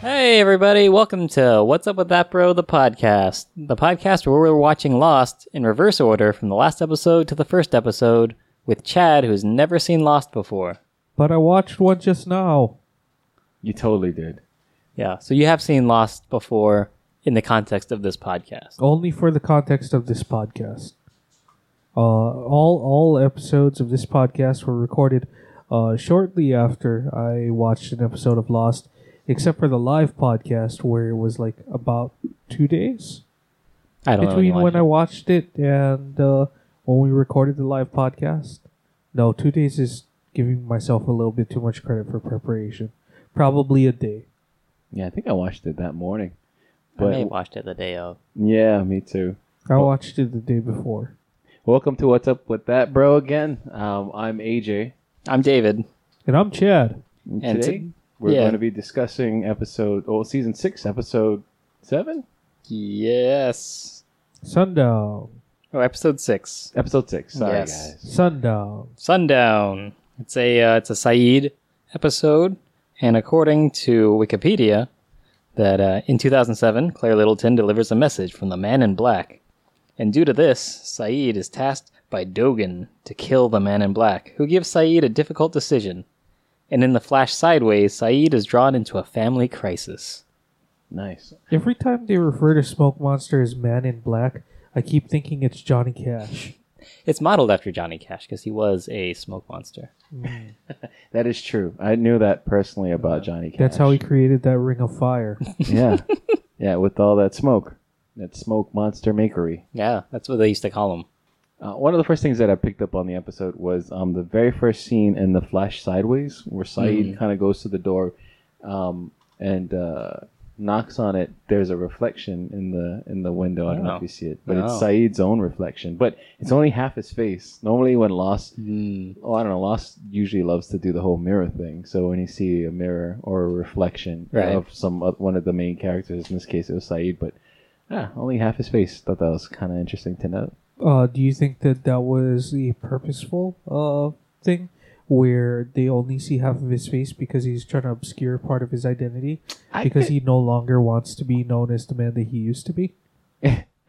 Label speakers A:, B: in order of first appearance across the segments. A: Hey, everybody, welcome to What's Up With That Bro, the podcast. The podcast where we're watching Lost in reverse order from the last episode to the first episode with Chad, who's never seen Lost before.
B: But I watched one just now.
C: You totally did.
A: Yeah, so you have seen Lost before in the context of this podcast.
B: Only for the context of this podcast. Uh, all all episodes of this podcast were recorded uh, shortly after I watched an episode of Lost, except for the live podcast where it was like about two days
A: I don't
B: between
A: know.
B: when I
A: anyone-
B: watched it and uh, when we recorded the live podcast. No, two days is giving myself a little bit too much credit for preparation. Probably a day.
C: Yeah, I think I watched it that morning.
A: I may
C: But
A: have watched it the day of.
C: yeah, me too.
B: I watched it the day before.
C: Welcome to What's Up with That, bro. Again, um, I'm AJ.
A: I'm David.
B: And I'm Chad.
C: And
A: And
C: today
A: to-
C: we're
A: yeah.
C: going to be discussing episode, oh, season six, episode seven,
A: Yes.
B: Sundown.
A: Oh, episode six.
C: episode six. Sorry,
A: Yes.
C: guys.
B: Sundown.
A: Sundown. It's a uh, it's a Saeed episode, and according to Wikipedia, that uh, in 2007, Claire Littleton delivers a message from the Man in Black, and due to this, Saeed is tasked by Dogan to kill the Man in Black, who gives Saeed a difficult decision. And in the flash sideways, Saeed is drawn into a family crisis.
C: Nice.
B: Every time they refer to Smoke Monster as Man in Black, I keep thinking it's Johnny Cash.
A: It's modeled after Johnny Cash because he was a smoke monster.
C: That is true. I knew that personally about Johnny Cash.
B: That's how he created that ring of fire.
C: yeah. Yeah, with all that smoke. That smoke monster makery.
A: Yeah, that's what they used to call him.
C: Uh, one of the first things that I picked up on the episode was um, the very first scene in the flash sideways, where Saeed kind of goes to the door um, and uh, knocks on it. There's a reflection in the in the window. I don't know if
A: Oh.
C: you see it, but
A: No.
C: it's Saeed's own reflection. But it's only half his face. Normally, when Lost, oh, I don't know, Lost usually loves to do the whole mirror thing. So when you see a mirror or a reflection
A: Right.
C: of some oth- one of the main characters, in this case it was Saeed, but yeah, only half his face. Thought that was kind of interesting to note.
B: Uh, do you think that that was a purposeful uh, thing where they only see half of his face because he's trying to obscure part of his identity
C: I
B: because he
C: thi-
B: no longer wants to be known as the man that he used to be?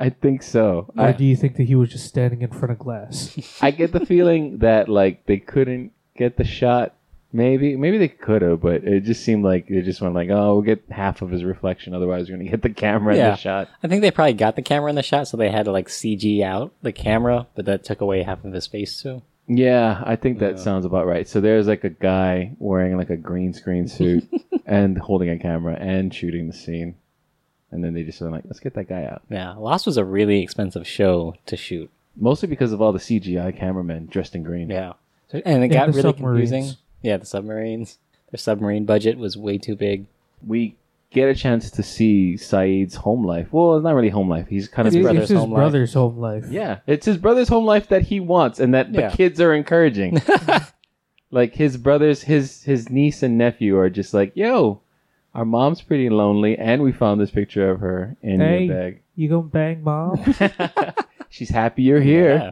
C: I think so.
B: Or
C: I,
B: do you think that he was just standing in front of glass?
C: I get the feeling that like they couldn't get the shot. Maybe maybe they could have, but it just seemed like they just went like, oh, we'll get half of his reflection. Otherwise, we're gonna get the camera in
A: Yeah.
C: the shot.
A: I think they probably got the camera in the shot, so they had to like CG out the camera, but that took away half of his face too.
C: Yeah, I think that sounds about right. So there's like a guy wearing like a green screen suit and holding a camera and shooting the scene, and then they just went like, let's get that guy out.
A: Yeah, Lost was a really expensive show to shoot.
C: Mostly because of all the CGI cameramen dressed in green.
A: Yeah, So- and it got
B: the
A: really
B: submarines.
A: confusing. Yeah, the submarines. Their submarine budget was way too big.
C: We get a chance to see Saeed's home life. Well, it's not really home life. He's kind of
B: It's
A: brother's
B: it's his
A: home life.
B: brother's home life.
C: Yeah, it's his brother's home life that he wants, and that
A: Yeah.
C: the kids are encouraging. like his brothers, his his niece and nephew are just like, "Yo, our mom's pretty lonely, and we found this picture of her in
B: Hey.
C: your bag.
B: You gonna bang mom?
C: She's happy you're here."
A: Yeah.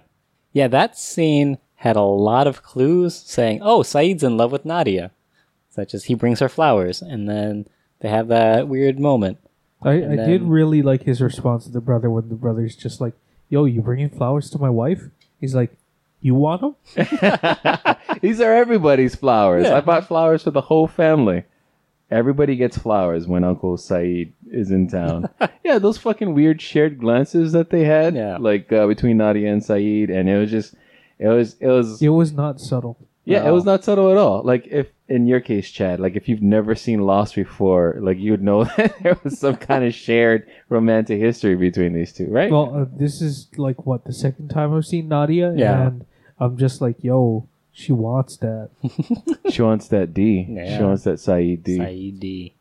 A: yeah, that scene had a lot of clues saying, "Oh, Saeed's in love with Nadia," such as he brings her flowers, and then they have that weird moment.
B: I, I
A: And
B: did
A: then-
B: really like his response to the brother when the brother's just like, "Yo, you bringing flowers to my wife?" He's like, "You want them?"
C: These are everybody's flowers.
A: Yeah.
C: I bought flowers for the whole family. Everybody gets flowers when Uncle Saeed is in town. yeah, those fucking weird shared glances that they had,
A: Yeah.
C: like uh, between Nadia and Saeed, and it was just, it was, it was.
B: It was not subtle.
C: Yeah,
A: Wow.
C: it was not subtle at all. Like if in your case, Chad, like if you've never seen Lost before, like you'd know that there was some kind of shared romantic history between these two, right?
B: Well, uh, this is like what the second time I've seen Nadia,
A: Yeah.
B: and I'm just like, "Yo, she wants that."
C: she wants that D.
A: Yeah.
C: She wants that Saeed D.
A: Saeed.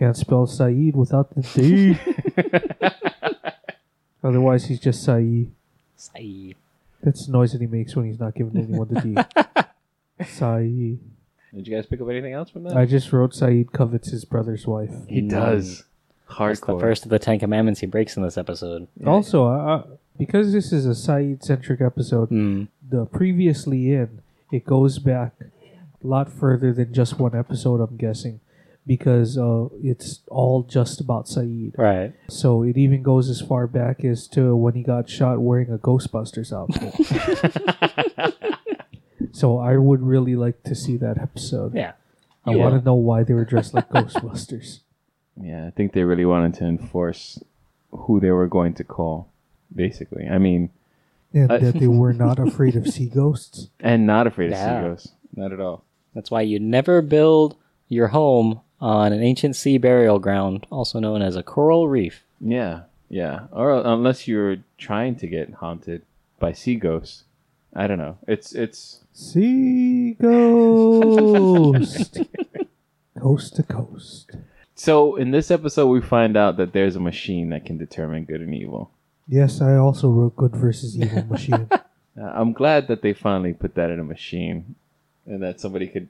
B: Can't spell Saeed without the D. Otherwise, he's just Saeed.
A: Saeed.
B: That's the noise that he makes when he's not giving anyone the D. Saeed.
C: Did you guys pick up anything else from that?
B: I just wrote Saeed covets his brother's wife.
C: he
A: That's
C: does.
A: the
C: Hardcore.
A: first of the Ten Commandments he breaks in this episode.
B: Also, uh, because this is a Saeed centric episode,
A: Hmm.
B: the previously in, it goes back a lot further than just one episode, I'm guessing. because uh, it's all just about Saeed.
A: Right.
B: So it even goes as far back as to when he got shot wearing a Ghostbusters outfit. so I would really like to see that episode.
A: Yeah.
B: I
A: Yeah.
B: want to know why they were dressed like Ghostbusters.
C: Yeah, I think they really wanted to enforce who they were going to call, basically. I mean,
B: And
C: I-
B: that they were not afraid of sea ghosts.
C: and not afraid of
A: Yeah.
C: sea ghosts, not at all.
A: That's why you never build your home on an ancient sea burial ground, also known as a coral reef.
C: Yeah, yeah. Or unless you're trying to get haunted by sea ghosts, I don't know. It's it's
B: Sea ghost. coast to coast.
C: so. In this episode, we find out that there's a machine that can determine good and evil.
B: Yes, I also wrote Good versus Evil Machine.
C: Uh, I'm glad that they finally put that in a machine, and that somebody could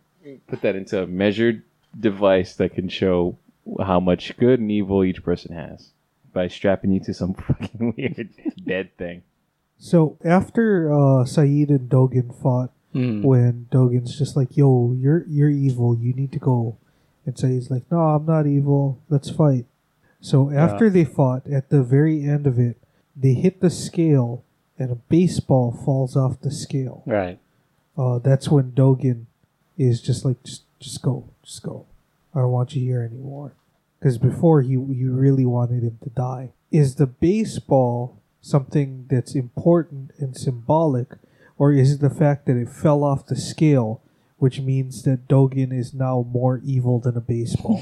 C: put that into a measured device that can show how much good and evil each person has by strapping you to some fucking weird dead thing.
B: so after uh, Saeed and Dogan fought,
A: Hmm.
C: Hmm.
B: when Dogan's just like, "Yo, you're you're evil. You need to go," and Saeed's like, "No, I'm not evil. Let's fight." So after they fought, at the very end of it, they hit the scale, and a baseball falls off the scale.
A: Right.
B: Uh, that's when Dogan is just like, "Just just go, just go. I don't want you here anymore." Because before he you really wanted him to die. Is the baseball something that's important and symbolic, or is it the fact that it fell off the scale, which means that Dogan is now more evil than a baseball?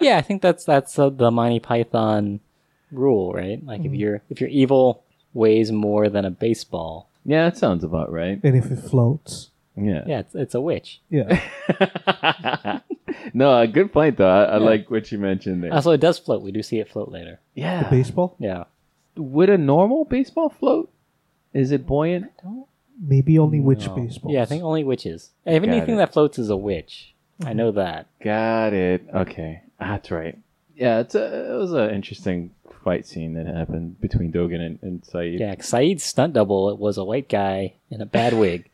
A: Yeah, I think that's that's uh, the Monty Python rule, right? Like
C: Hmm.
A: if you're if your evil weighs more than a baseball,
C: Yeah, that sounds about right.
B: and if it floats,
C: Yeah.
A: yeah, it's, it's a witch.
B: yeah,
C: no, a good point though. I, I like what you mentioned there.
A: Also, it does float. We do see it float later.
C: Yeah.
B: the baseball
A: Yeah.
C: Would a normal baseball float? Is it buoyant?
B: maybe only witch
A: No.
B: baseball.
A: Oh. Yeah, I think only witches. If
C: Got
A: anything
C: it. Hmm.
A: that floats is a witch. I know that.
C: Got it. Okay, that's right. Yeah, it's a, it was an interesting fight scene that happened between Dogan and, and Saeed.
A: Yeah, Saeed's stunt double was a white guy in a bad wig.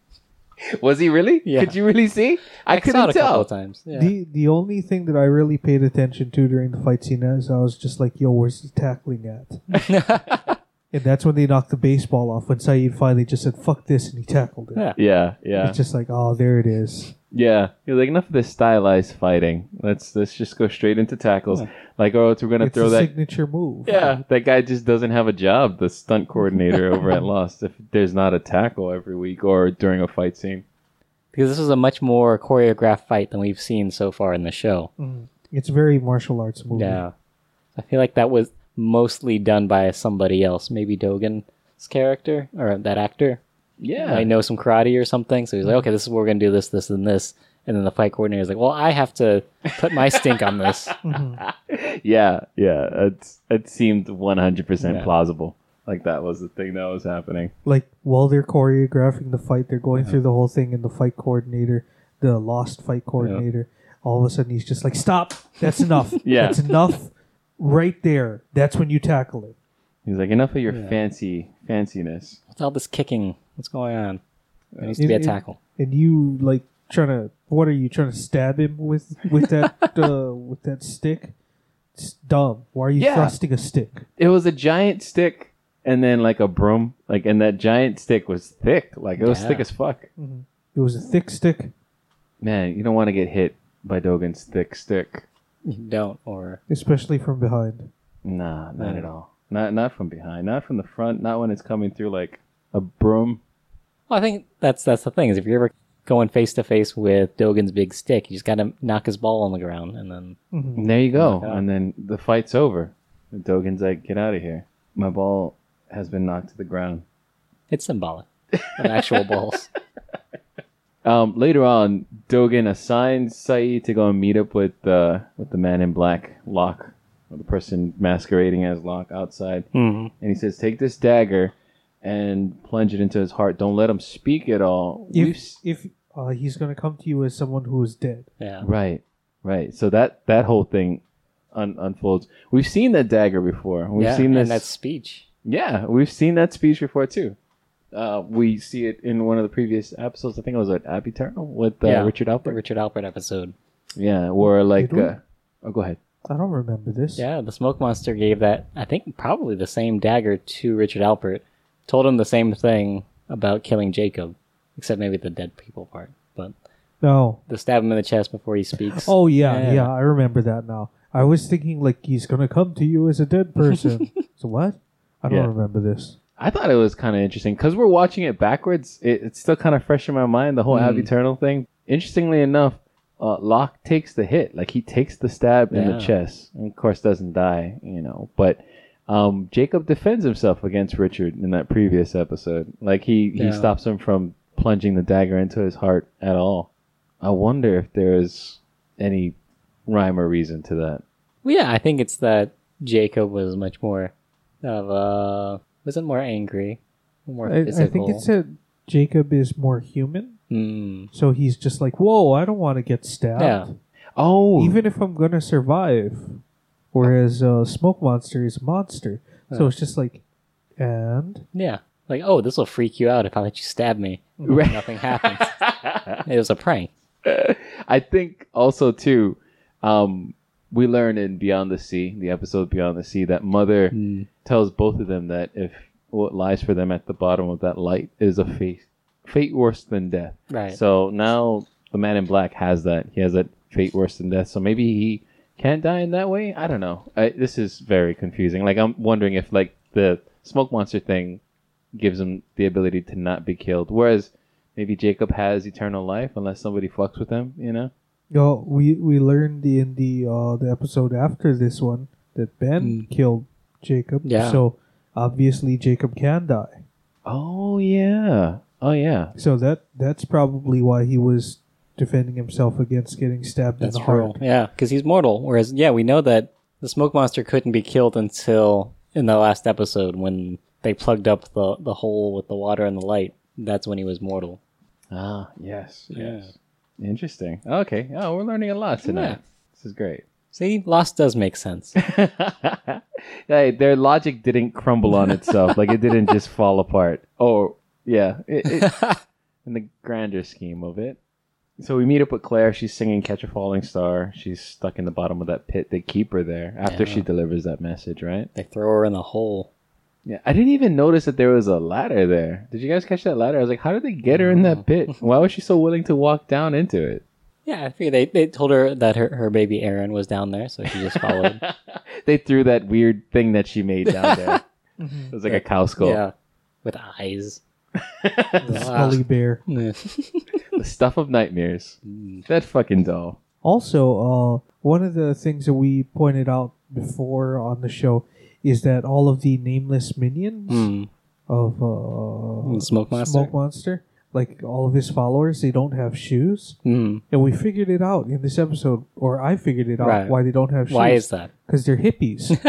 C: Was he really?
A: Yeah.
C: Could you really see?
A: saw
C: I,
A: it
C: couldn't
A: a couple
C: tell.
A: of times. Yeah.
B: The the only thing that I really paid attention to during the fight scene is I was just like, "Yo, where's he tackling at?" and that's when they knocked the baseball off. When Saeed finally just said, "Fuck this," and he tackled it.
A: Yeah.
C: Yeah, yeah,
B: It's just like, "Oh, there it is."
C: yeah. You're like enough of this stylized fighting. Let's let's just go straight into tackles. Like, or else we're gonna
B: It's
C: throw
B: a
C: that.
B: signature move.
C: yeah, that guy just doesn't have a job. The stunt coordinator over at Lost. If there's not a tackle every week or during a fight scene.
A: because this was a much more choreographed fight than we've seen so far in the show.
B: Mm. It's very martial arts movie.
A: Yeah. I feel like that was mostly done by somebody else, maybe Dogan's character or that actor.
C: Yeah,
A: I know some karate or something, so he's like, "Okay, this is what we're gonna do. This, this, and this." And then the fight coordinator is like, "Well, I have to put my stink on this."
C: Yeah, yeah. It's it seemed one hundred percent
A: Yeah.
C: plausible. Like that was the thing that was happening.
B: Like while they're choreographing the fight, they're going through the whole thing, and the fight coordinator, the lost fight coordinator, all of a sudden he's just like, "Stop! That's enough.
C: Yeah.
B: that's enough." Right there. That's when you tackle it.
C: He's like, enough of your fancy fanciness.
A: What's all this kicking? What's going on? There needs to
B: It-
A: be a
B: it-
A: tackle.
B: and you like trying to what are you trying to stab him with with that uh, with that stick it's dumb why are you
C: Yeah.
B: thrusting a stick
C: It was a giant stick and then like a broom. Like and that giant stick was thick. Like it was
A: Yeah.
C: thick as fuck.
B: it was a thick stick
C: Man, you don't want to get hit by Dogan's thick stick.
A: You don't, or
B: especially from behind
C: Nah, not at all. Not not from behind, not from the front, not when it's coming through like a broom.
A: well, I think that's that's the thing is if you're ever going face to face with Dogan's big stick, you just gotta knock his ball on the ground, and then
C: And there you go.
A: Hmm. Knock out.
C: and then the fight's over. And Dogan's like, get out of here. My ball has been knocked to the ground.
A: it's symbolic of actual balls.
C: Um, later on, Dogan assigns Saeed to go and meet up with uh, with the man in black, Locke, or the person masquerading as Locke outside,
A: Mm-hmm.
C: and he says, "Take this dagger and plunge it into his heart. Don't let him speak at all." We've
B: if
C: s-
B: if uh, he's gonna come to you as someone who is dead
A: Yeah.
C: right, right. So that that whole thing un- unfolds. We've seen that dagger before. We've
A: yeah,
C: seen this.
A: and that speech.
C: Yeah, we've seen that speech before too. Uh, we see it in one of the previous episodes. I think it was at Abby Eternal with uh,
A: Yeah.
C: Richard Alpert.
A: The Richard Alpert episode.
C: Yeah, or like,
B: Did we?
C: uh, oh, go ahead.
B: I don't remember this.
A: Yeah, the smoke monster gave that, I think, probably the same dagger to Richard Alpert. Told him the same thing about killing Jacob, except maybe the dead people part. But
B: No.
A: the stab him in the chest before he speaks.
B: Oh yeah,
A: Yeah.
B: yeah, I remember that now. I was thinking like he's gonna come to you as a dead person. so what? I don't
C: Yeah.
B: remember this.
C: I thought it was kind of interesting because we're watching it backwards. It, it's still kind of fresh in my mind the whole Ab Eternal thing. Interestingly enough, uh, Locke takes the hit, like he takes the stab in
A: Yeah.
C: the chest, and of course doesn't die, you know. But um, Jacob defends himself against Richard in that previous episode. Like he
A: Yeah.
C: he stops him from plunging the dagger into his heart at all. I wonder if there is any rhyme or reason to that.
A: Well, yeah, I think it's that Jacob was much more of a wasn't more angry, more
B: I,
A: physical.
B: I think it said Jacob is more human,
A: Mm,
B: so he's just like, whoa, I don't want to get stabbed,
A: Yeah.
C: Oh,
B: even if I'm gonna survive. Whereas uh, Smoke Monster is a monster, so
A: Uh.
B: it's just like, and
A: yeah, like oh, this will freak you out if I let you stab me.
C: Right.
A: Nothing happens. it was a prank.
C: I think also too, um, we learn in Beyond the Sea, the episode Beyond the Sea, that Mother
A: Mm,
C: tells both of them that if what lies for them at the bottom of that light is a fate, fate worse than death.
A: Right.
C: So now the Man in Black has that. He has that fate worse than death. So maybe he can't die in that way. I don't know. I, this is very confusing. Like I'm wondering if like the smoke monster thing gives him the ability to not be killed, whereas maybe Jacob has eternal life unless somebody fucks with him. You know.
B: you know, we we learned in the uh, the episode after this one that Ben killed Jacob.
A: Hmm. Yeah.
B: So obviously Jacob can die.
C: Oh yeah. Oh yeah.
B: So that that's probably why he was defending himself against getting stabbed
A: That's
B: in the heart.
A: true. Yeah, because he's mortal. Whereas, yeah, we know that the smoke monster couldn't be killed until in the last episode when they plugged up the the hole with the water and the light. That's when he was mortal.
C: Ah yes.
A: Yeah.
C: Yes. Interesting. Okay. Oh, we're learning a lot tonight.
A: Yeah.
C: This is great.
A: See, loss does make sense.
C: hey, their logic didn't crumble on itself. like it didn't just fall apart. Or yeah, it, it- in the grander scheme of it. So we meet up with Claire. She's singing "Catch a Falling Star." She's stuck in the bottom of that pit. They keep her there after
A: Yeah.
C: she delivers that message, right?
A: they throw her in the hole.
C: Yeah, I didn't even notice that there was a ladder there. Did you guys catch that ladder? I was like, how did they get her in that pit? Why was she so willing to walk down into it?
A: Yeah, I figure they, they told her that her, her baby Aaron was down there, so she just followed.
C: They threw that weird thing that she made down there.
B: Mm-hmm.
C: it was like a cow skull.
A: Yeah, with eyes.
B: The
A: Wow.
B: Scully bear.
A: Yeah.
C: The stuff of nightmares.
A: Mm.
C: That fucking doll.
B: Also, uh, one of the things that we pointed out before on the show is that all of the nameless minions
A: Hmm.
B: of uh,
A: Smoke Monster?
B: Smoke Monster, like all of his followers, they don't have shoes,
A: Hmm.
B: and we figured it out in this episode, or I figured it out
A: Right.
B: why they don't have shoes.
A: Why is that?
B: Because they're hippies.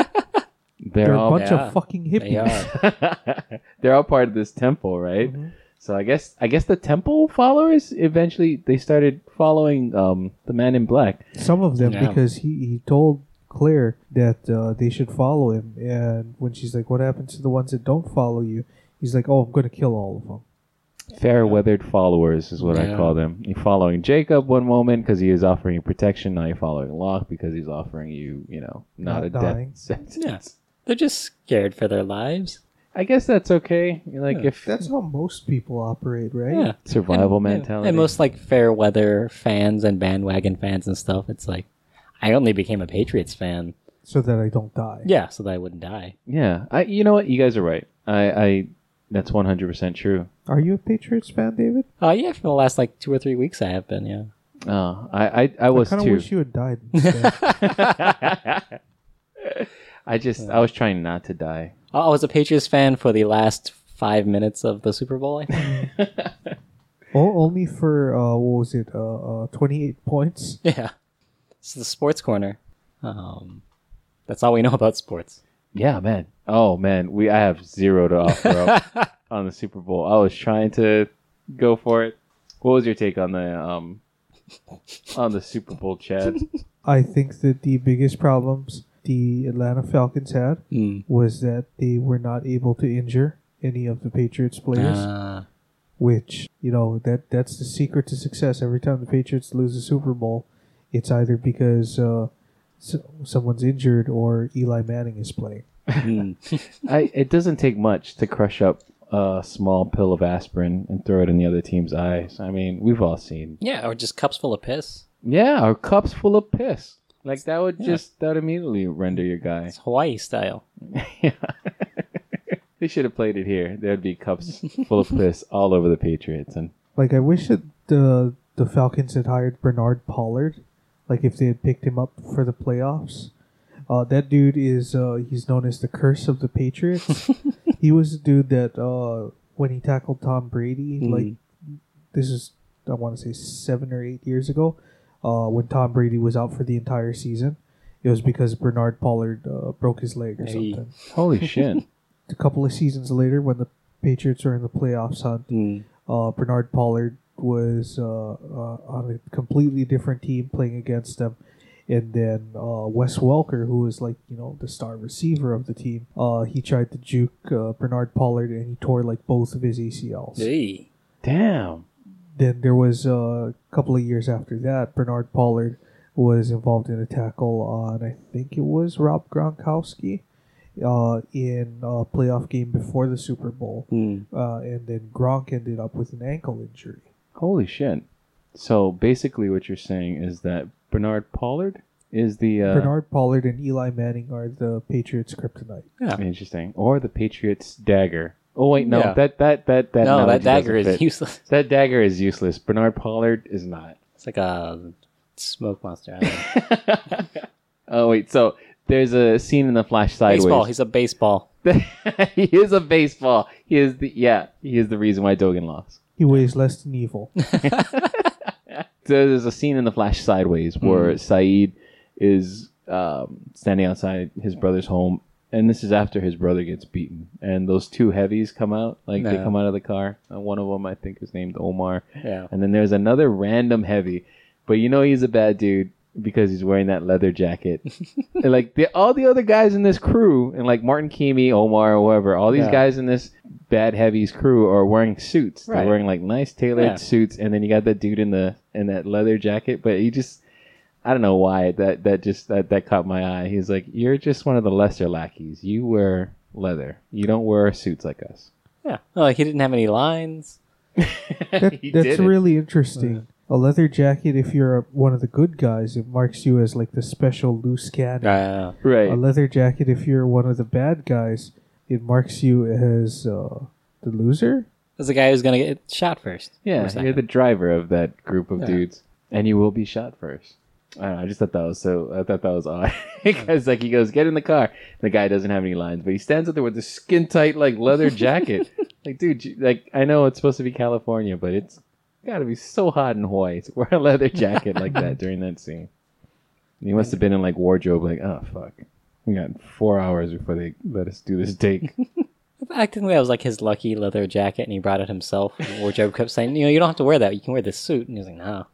B: they're,
C: They're,
B: a
C: all
B: bunch
A: Yeah.
B: of fucking
A: They
B: hippies.
A: are.
C: they're all part of this temple, right?
B: Mm-hmm.
C: So I guess I guess the temple followers eventually they started following um, the man in black.
B: Some of them
A: Yeah.
B: because he, he told Claire that uh, they should follow him. And when she's like, What happens to the ones that don't follow you? He's like, Oh, I'm going to kill all of them.
C: Fair weathered followers is what
A: Yeah.
C: I call them. You're following Jacob one moment because he is offering you protection. Now you're following Locke because he's offering you, you know, not,
B: Not
C: a
B: dying.
C: death sentence.
A: Yeah. They're just scared for their lives.
C: I guess that's okay. Like
A: Yeah.
C: if
B: That's how most people operate, right?
A: Yeah.
C: survival
A: Yeah.
C: mentality.
A: And most like fair weather fans and bandwagon fans and stuff. It's like I only became a Patriots fan.
B: So that I don't die.
A: Yeah, so that I wouldn't die.
C: yeah, I. You know what? You guys are right. I. I that's one hundred percent true.
B: Are you a Patriots fan, David?
A: Uh yeah, for the last like two or three weeks I have been, yeah.
C: Uh, I, I. I was
B: I kind
C: too.
B: of wish you had died. instead.
C: I just. I was trying not to die.
A: I I was a Patriots fan for the last five minutes of the Super Bowl, I think.
B: o- only for, uh, what was it, uh, uh, 28 points?
A: yeah. It's the sports corner. Um that's all we know about sports.
C: Yeah, man. Oh man, we. I have zero to offer up on the Super Bowl. I was trying to go for it. What was your take on the um on the Super Bowl, Chad?
B: I think that the biggest problems the Atlanta Falcons had
C: Hmm.
A: Mm.
B: was that they were not able to injure any of the Patriots players.
A: Uh,
B: which you know that that's the secret to success. Every time the Patriots lose a Super Bowl, it's either because uh, so, someone's injured or Eli Manning is playing.
C: I, it doesn't take much to crush up a small pill of aspirin and throw it in the other team's eyes. I mean, we've all seen.
A: Yeah, or just cups full of piss.
C: Yeah, or cups full of piss. Like that would
A: Yeah.
C: just that would immediately render your guy.
A: It's Hawaii style.
C: yeah. they should have played it here. There'd be cups full of piss all over the Patriots and
B: Like I wish that the the Falcons had hired Bernard Pollard. Like if they had picked him up for the playoffs, uh, that dude is uh, he's known as the curse of the Patriots. he was the dude that uh, when he tackled Tom Brady,
A: Mhm.
B: like this is I want to say seven or eight years ago, uh, when Tom Brady was out for the entire season. It was because Bernard Pollard uh, broke his leg or
A: Hey.
B: something.
C: holy shit.
B: A couple of seasons later, when the Patriots were in the playoffs hunt, uh, Bernard Pollard was uh, uh, on a completely different team playing against them. And then uh, Wes Welker, who was like, you know, the star receiver of the team, uh, he tried to juke uh, Bernard Pollard and he tore like both of his ACLs.
A: Hey.
C: Damn.
B: Then there was uh, a couple of years after that, Bernard Pollard was involved in a tackle on, I think it was Rob Gronkowski uh, in a playoff game before the Super Bowl.
A: Mm.
B: Uh, and then Gronk ended up with an ankle injury.
C: Holy shit. So basically what you're saying is that Bernard Pollard is the uh,
B: Bernard Pollard and Eli Manning are the Patriots' kryptonite.
C: interesting or the Patriots dagger. Oh wait, no.
A: Yeah.
C: That that that that
A: No,
C: analogy
A: that dagger
C: doesn't
A: is
C: fit.
A: useless.
C: That dagger is useless. Bernard Pollard is not.
A: It's like a smoke monster. I don't know.
C: Oh wait, so there's a scene in the Flash sideways.
A: baseball. He's a baseball.
C: he is a baseball. He is the yeah. He is the reason why Dogan lost.
B: He weighs less than evil.
C: So there's a scene in the Flash sideways where Saeed is um, standing outside his brother's home, and this is after his brother gets beaten, and those two heavies come out. Like they
A: No.
C: come out of the car. And one of them, I think, is named Omar.
A: Yeah.
C: And then there's another random heavy, but you know he's a bad dude because he's wearing that leather jacket. and like the, all the other guys in this crew, and like Martin Keamy, Omar, or whoever, all these
A: Yeah.
C: guys in this bad heavies crew are wearing suits.
A: Right.
C: They're wearing like nice tailored
A: Yeah.
C: suits, and then you got that dude in the in that leather jacket, but he just. I don't know why that that just that, that caught my eye. He's like, "You're just one of the lesser lackeys. You wear leather. You don't wear suits like us."
A: Yeah. Oh, like he didn't have any lines.
B: That,
C: He
B: that's
C: did it.
B: really interesting. A leather jacket, if you're a, one of the good guys, it marks you as like the special loose cannon.
A: Uh,
C: right.
B: A leather jacket, if you're one of the bad guys, it marks you as uh, the loser.
A: there's a guy who's gonna get shot first. Or
C: Yeah, you're
A: second.
C: the driver of that group of
A: Yeah.
C: dudes, and you will be shot first. I, don't know, I just thought that was so. I thought that was odd because like he goes, "Get in the car." And the guy doesn't have any lines, but he stands up there with this skin tight like leather jacket. like, dude, you- like I know it's supposed to be California, but it's got to be so hot in Hawaii to wear a leather jacket like that during that scene. And he must have been in like wardrobe, like, "Oh fuck, we got four hours before they let us do this take."
A: I think that was like his lucky leather jacket, and he brought it himself. And wardrobe kept saying, "You know, you don't have to wear that. You can wear this suit." And he was like, "No,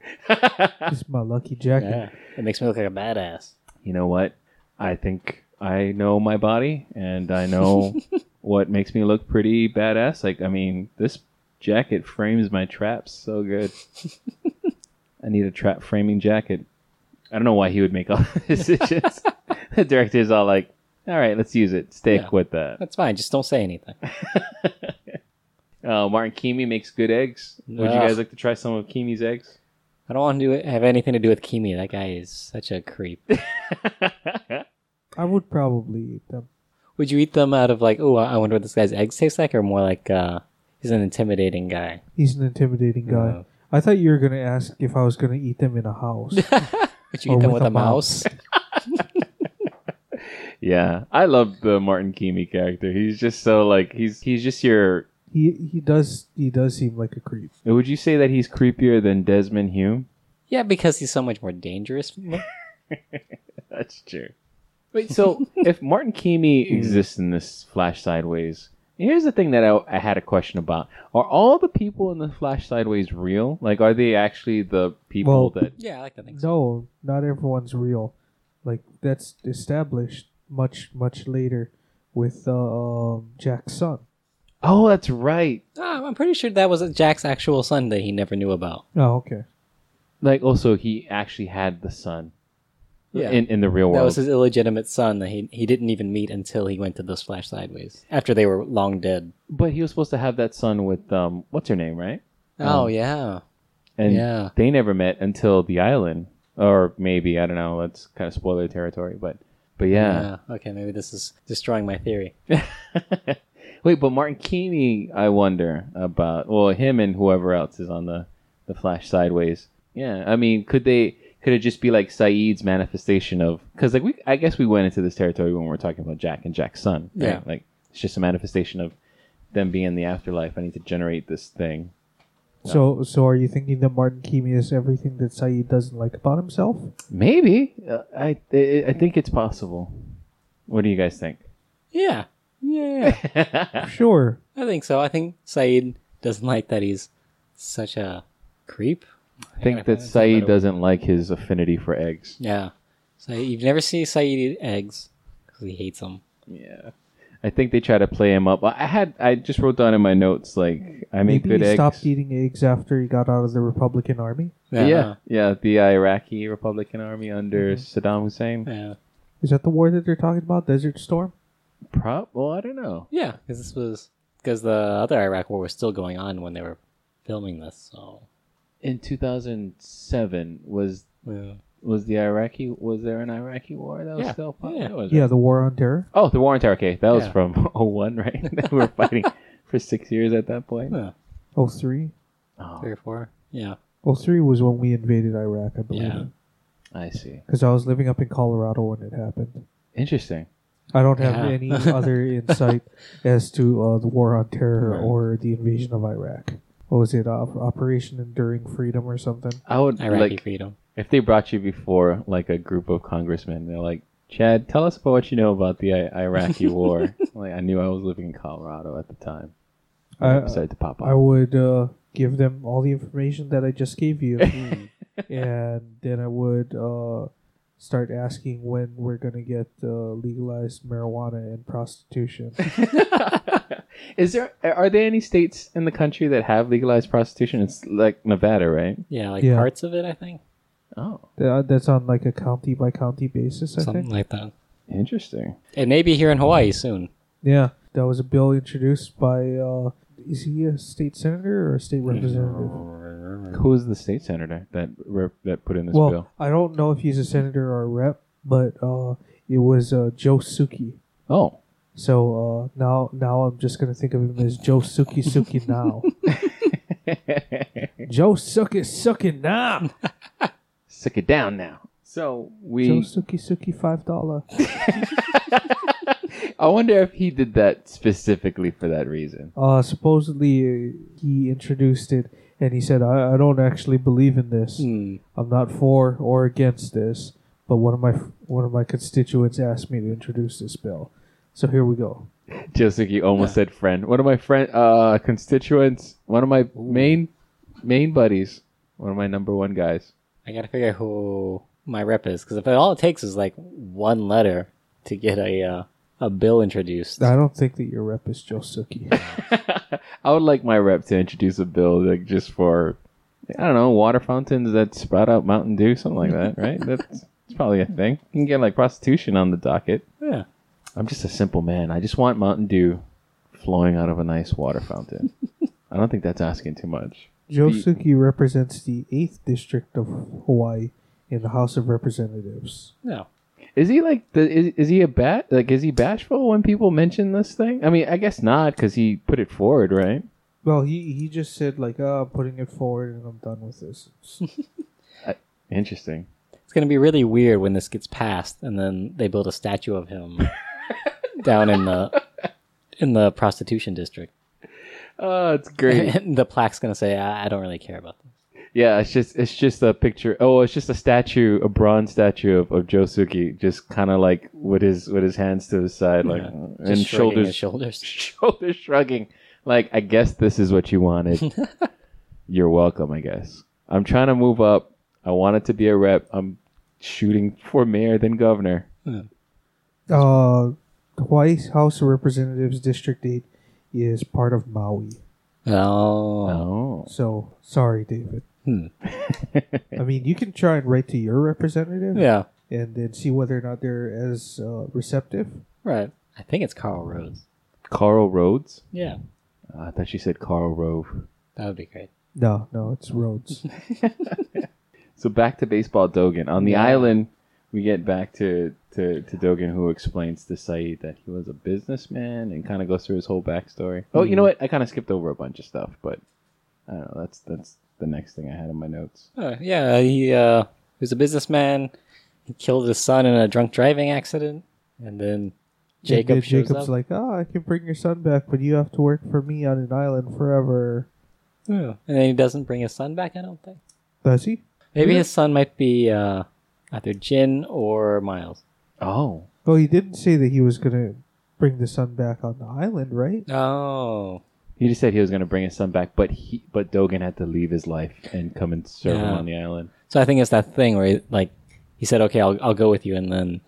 B: This is my lucky jacket.
A: yeah, it makes me look like a badass."
C: you know what? I think I know my body and I know what makes me look pretty badass. Like, I mean, this jacket frames my traps so good. I need a trap framing jacket. I don't know why he would make all the decisions. the director's all like, all right, let's use it. Stick
A: Yeah.
C: with that.
A: That's fine. Just don't say anything.
C: Uh, Martin Keamy makes good eggs. Would you
A: Ugh.
C: guys like to try some of Keamy's eggs?
A: I don't want to do, have anything to do with Kimi. That guy is such a creep.
B: I would probably eat them.
A: Would you eat them out of like, oh, I wonder what this guy's eggs taste like, or more like uh, he's an intimidating guy?
B: He's an intimidating guy.
A: No.
B: I thought you were gonna ask if I was gonna eat them in a house.
A: Would you
B: Or
A: eat them with,
B: with a
A: a mouse?
C: Yeah, I love the Martin Keamy character. He's just so like he's he's just your
B: he he does he does seem like a creep.
C: Would you say that he's creepier than Desmond Hume?
A: yeah, because he's so much more dangerous.
C: That's true. Hmm. Wait, so if Martin Keamy exists in this Flash Sideways, here's the thing that I, I had a question about: Are all the people in the Flash Sideways real? Like, are they actually the people
B: Well-
C: that?
A: Yeah, I like that thing.
B: No, not everyone's real. Like that's established much much later with uh, um, Jack's son.
C: Oh, that's right.
A: Oh, I'm pretty sure that was Jack's actual son that he never knew about.
B: Oh, okay.
C: like also he actually had the son
A: Yeah.
C: in, in the real
A: That
C: world.
A: was his illegitimate son that he, he didn't even meet until he went to the Splash Sideways after they were long dead.
C: but he was supposed to have that son with um what's her name, right?
A: Oh, yeah.
C: And
A: Yeah.
C: they never met until the island. Or maybe, I don't know, that's kind of spoiler territory, but but yeah.
A: Yeah. Okay, maybe this is destroying my theory.
C: Wait, but Martin Keeney, I wonder about well, him and whoever else is on the, the Flash sideways. Yeah. I mean, could they could it just be like Saeed's manifestation of because like we I guess we went into this territory when we were talking about Jack and Jack's son. right?
A: Yeah.
C: Like it's just a manifestation of them being in the afterlife. I need to generate this thing.
B: So, so are you thinking that Martin Keamy is everything that Saeed doesn't like about himself?
C: Maybe. Uh, I, I I think it's possible. What do you guys think?
A: Yeah. Yeah.
B: Sure.
A: I think so. I think Saeed doesn't like that he's such a creep.
C: I think that
A: that's a
C: Saeed
A: better-
C: doesn't like his affinity for eggs.
A: Yeah. So you never see Saeed eat eggs because he hates them.
C: Yeah. I think they try to play him up. I I had I just wrote down in my notes like I make
B: Maybe
C: good
B: he
C: eggs.
B: stopped eating eggs after he got out of the Republican Army.
C: yeah. yeah, the Iraqi Republican Army under
B: Mm-hmm.
C: Saddam Hussein.
A: Yeah.
B: Is that the war that they're talking about? Desert Storm?
C: Prop? Well, I don't know.
A: Yeah. Because this was because the other Iraq war was still going on when they were filming this. So
C: In 2007 was
A: yeah.
C: was the Iraqi was there an Iraqi war that was
A: Yeah.
C: still pop-
A: Yeah.
C: that was
B: Yeah, the war on terror.
C: Oh, the War on Terror. Okay, that was
A: Yeah.
C: from 01, right? we were fighting for six years at that point.
A: Yeah.
B: 03?
C: Oh,
A: Three or four. Yeah.
B: 03 Oh, was when we invaded Iraq, I believe.
A: Yeah.
C: I see.
B: Because I was living up in Colorado when it happened.
C: Interesting.
B: I don't have
A: Yeah.
B: any other insight as to uh, the war on terror
A: Right.
B: or the invasion of Iraq. What was it? Op- Operation Enduring Freedom or something?
C: I would
A: Iraqi
C: like
A: freedom.
C: if they brought you before like a group of congressmen. They're like, Chad, tell us about what you know about the I- Iraqi War. like I knew I was living in Colorado at the time. I
B: I-
C: decided to pop
B: I
C: up.
B: would uh, give them all the information that I just gave you,
C: Hmm.
B: and then I would uh, start asking when we're gonna get uh, legalized marijuana and prostitution.
C: Is there are there any states in the country that have legalized prostitution? It's like Nevada, right?
A: Yeah, like
B: Yeah.
A: parts of it, I think.
C: Oh,
B: That- uh, That's on like a county by county basis, I
A: Something
B: think.
A: like that.
C: interesting.
A: And maybe here in Hawaii soon.
B: Yeah, that was a bill introduced by. Uh, is he a state senator or a state
A: Mm-hmm.
B: representative?
C: Who's the state senator that rep- that put in this
B: well,
C: bill?
B: I don't know if he's a senator or a rep, but uh, it was uh, Joe Suki.
C: Oh,
B: So uh, now, now I'm just gonna think of him as Joe Suki Suki now. Joe Suki Suki now.
C: Sick it down now. So
B: Joe
C: we.
B: Suki Suki five dollar.
C: I wonder if he did that specifically for that reason.
B: Uh, supposedly uh, he introduced it, and he said, I, "I don't actually believe in this.
A: Hmm.
B: I'm not for or against this." But one of my one of my constituents asked me to introduce this bill, so here we go.
C: Josuke almost said friend. One of my friend, uh, constituents. One of my main, main buddies. One of my number one guys.
A: I gotta figure out who my rep is because if all it takes is like one letter to get a uh, a bill introduced,
B: I don't think that your rep is Joe Suki.
C: I would like my rep to introduce a bill like just for, I don't know, water fountains that spout out Mountain Dew, something like that. Right? That's, that's probably a thing. You can get like prostitution on the docket.
A: yeah,
C: I'm just a simple man. I just want Mountain Dew flowing out of a nice water fountain. I don't think that's asking too much.
B: Josuke represents the 8th District of Hawaii in the House of Representatives.
A: no,
C: Is he like the, is, is he a bat like is he bashful when people mention this thing? I mean, I guess not cuz he put it forward, right?
B: Well, he, he just said, like, oh, I'm putting it forward and I'm done with this.
C: Interesting.
A: it's gonna be really weird when this gets passed and then they build a statue of him down in the in the prostitution district.
C: Oh, it's great.
A: And the plaque's gonna say, I, "I don't really care about this."
C: yeah, it's just it's just a picture. Oh, it's just a statue, a bronze statue of, of Josuke just kind of like with his with his hands to his side like
A: Yeah.
C: and
A: Just shrugging his
C: shoulders
A: shoulders.
C: shoulders shrugging. Like, I guess this is what you wanted. You're welcome, I guess. I'm trying to move up. I wanted to be a rep. I'm shooting for mayor, then governor.
B: Uh, the Hawaii House of Representatives District 8 is part of Maui.
A: Oh,
C: Oh.
B: So, sorry, David. I mean, you can try and write to your representative
A: Yeah.
B: and then see whether or not they're as uh, receptive.
A: Right. I think it's Carl Rhodes.
C: Carl Rhodes.
A: Yeah.
C: Uh, I thought she said Carl Rove.
A: That would be great.
B: No, no, it's Rhodes.
C: So back to baseball Dogan. On the
A: Yeah.
C: island, we get back to, to, to Dogan, who explains to Saeed that he was a businessman and kind of goes through his whole backstory. Oh, you know what? I kind of skipped over a bunch of stuff, but I don't know. That's that's the next thing I had in my notes.
A: Uh, yeah, he uh, was a businessman. He killed his son in a drunk driving accident, and then Jacob
B: And then
A: shows
B: Jacob's
A: up.
B: like, oh, I can bring your son back, but you have to work for me on an island forever.
A: Yeah. And then he doesn't bring his son back. I don't think.
B: Does he?
A: Maybe
B: Yeah.
A: his son might be uh, either Jin or Miles.
C: Oh,
B: Well, he didn't say that he was going to bring the son back on the island, right?
A: Oh,
C: he just said he was going to bring his son back, but he but Dogan had to leave his life and come and serve him
A: Yeah.
C: on the island.
A: so I think it's that thing where he, like he said, "Okay, I'll I'll go with you," and then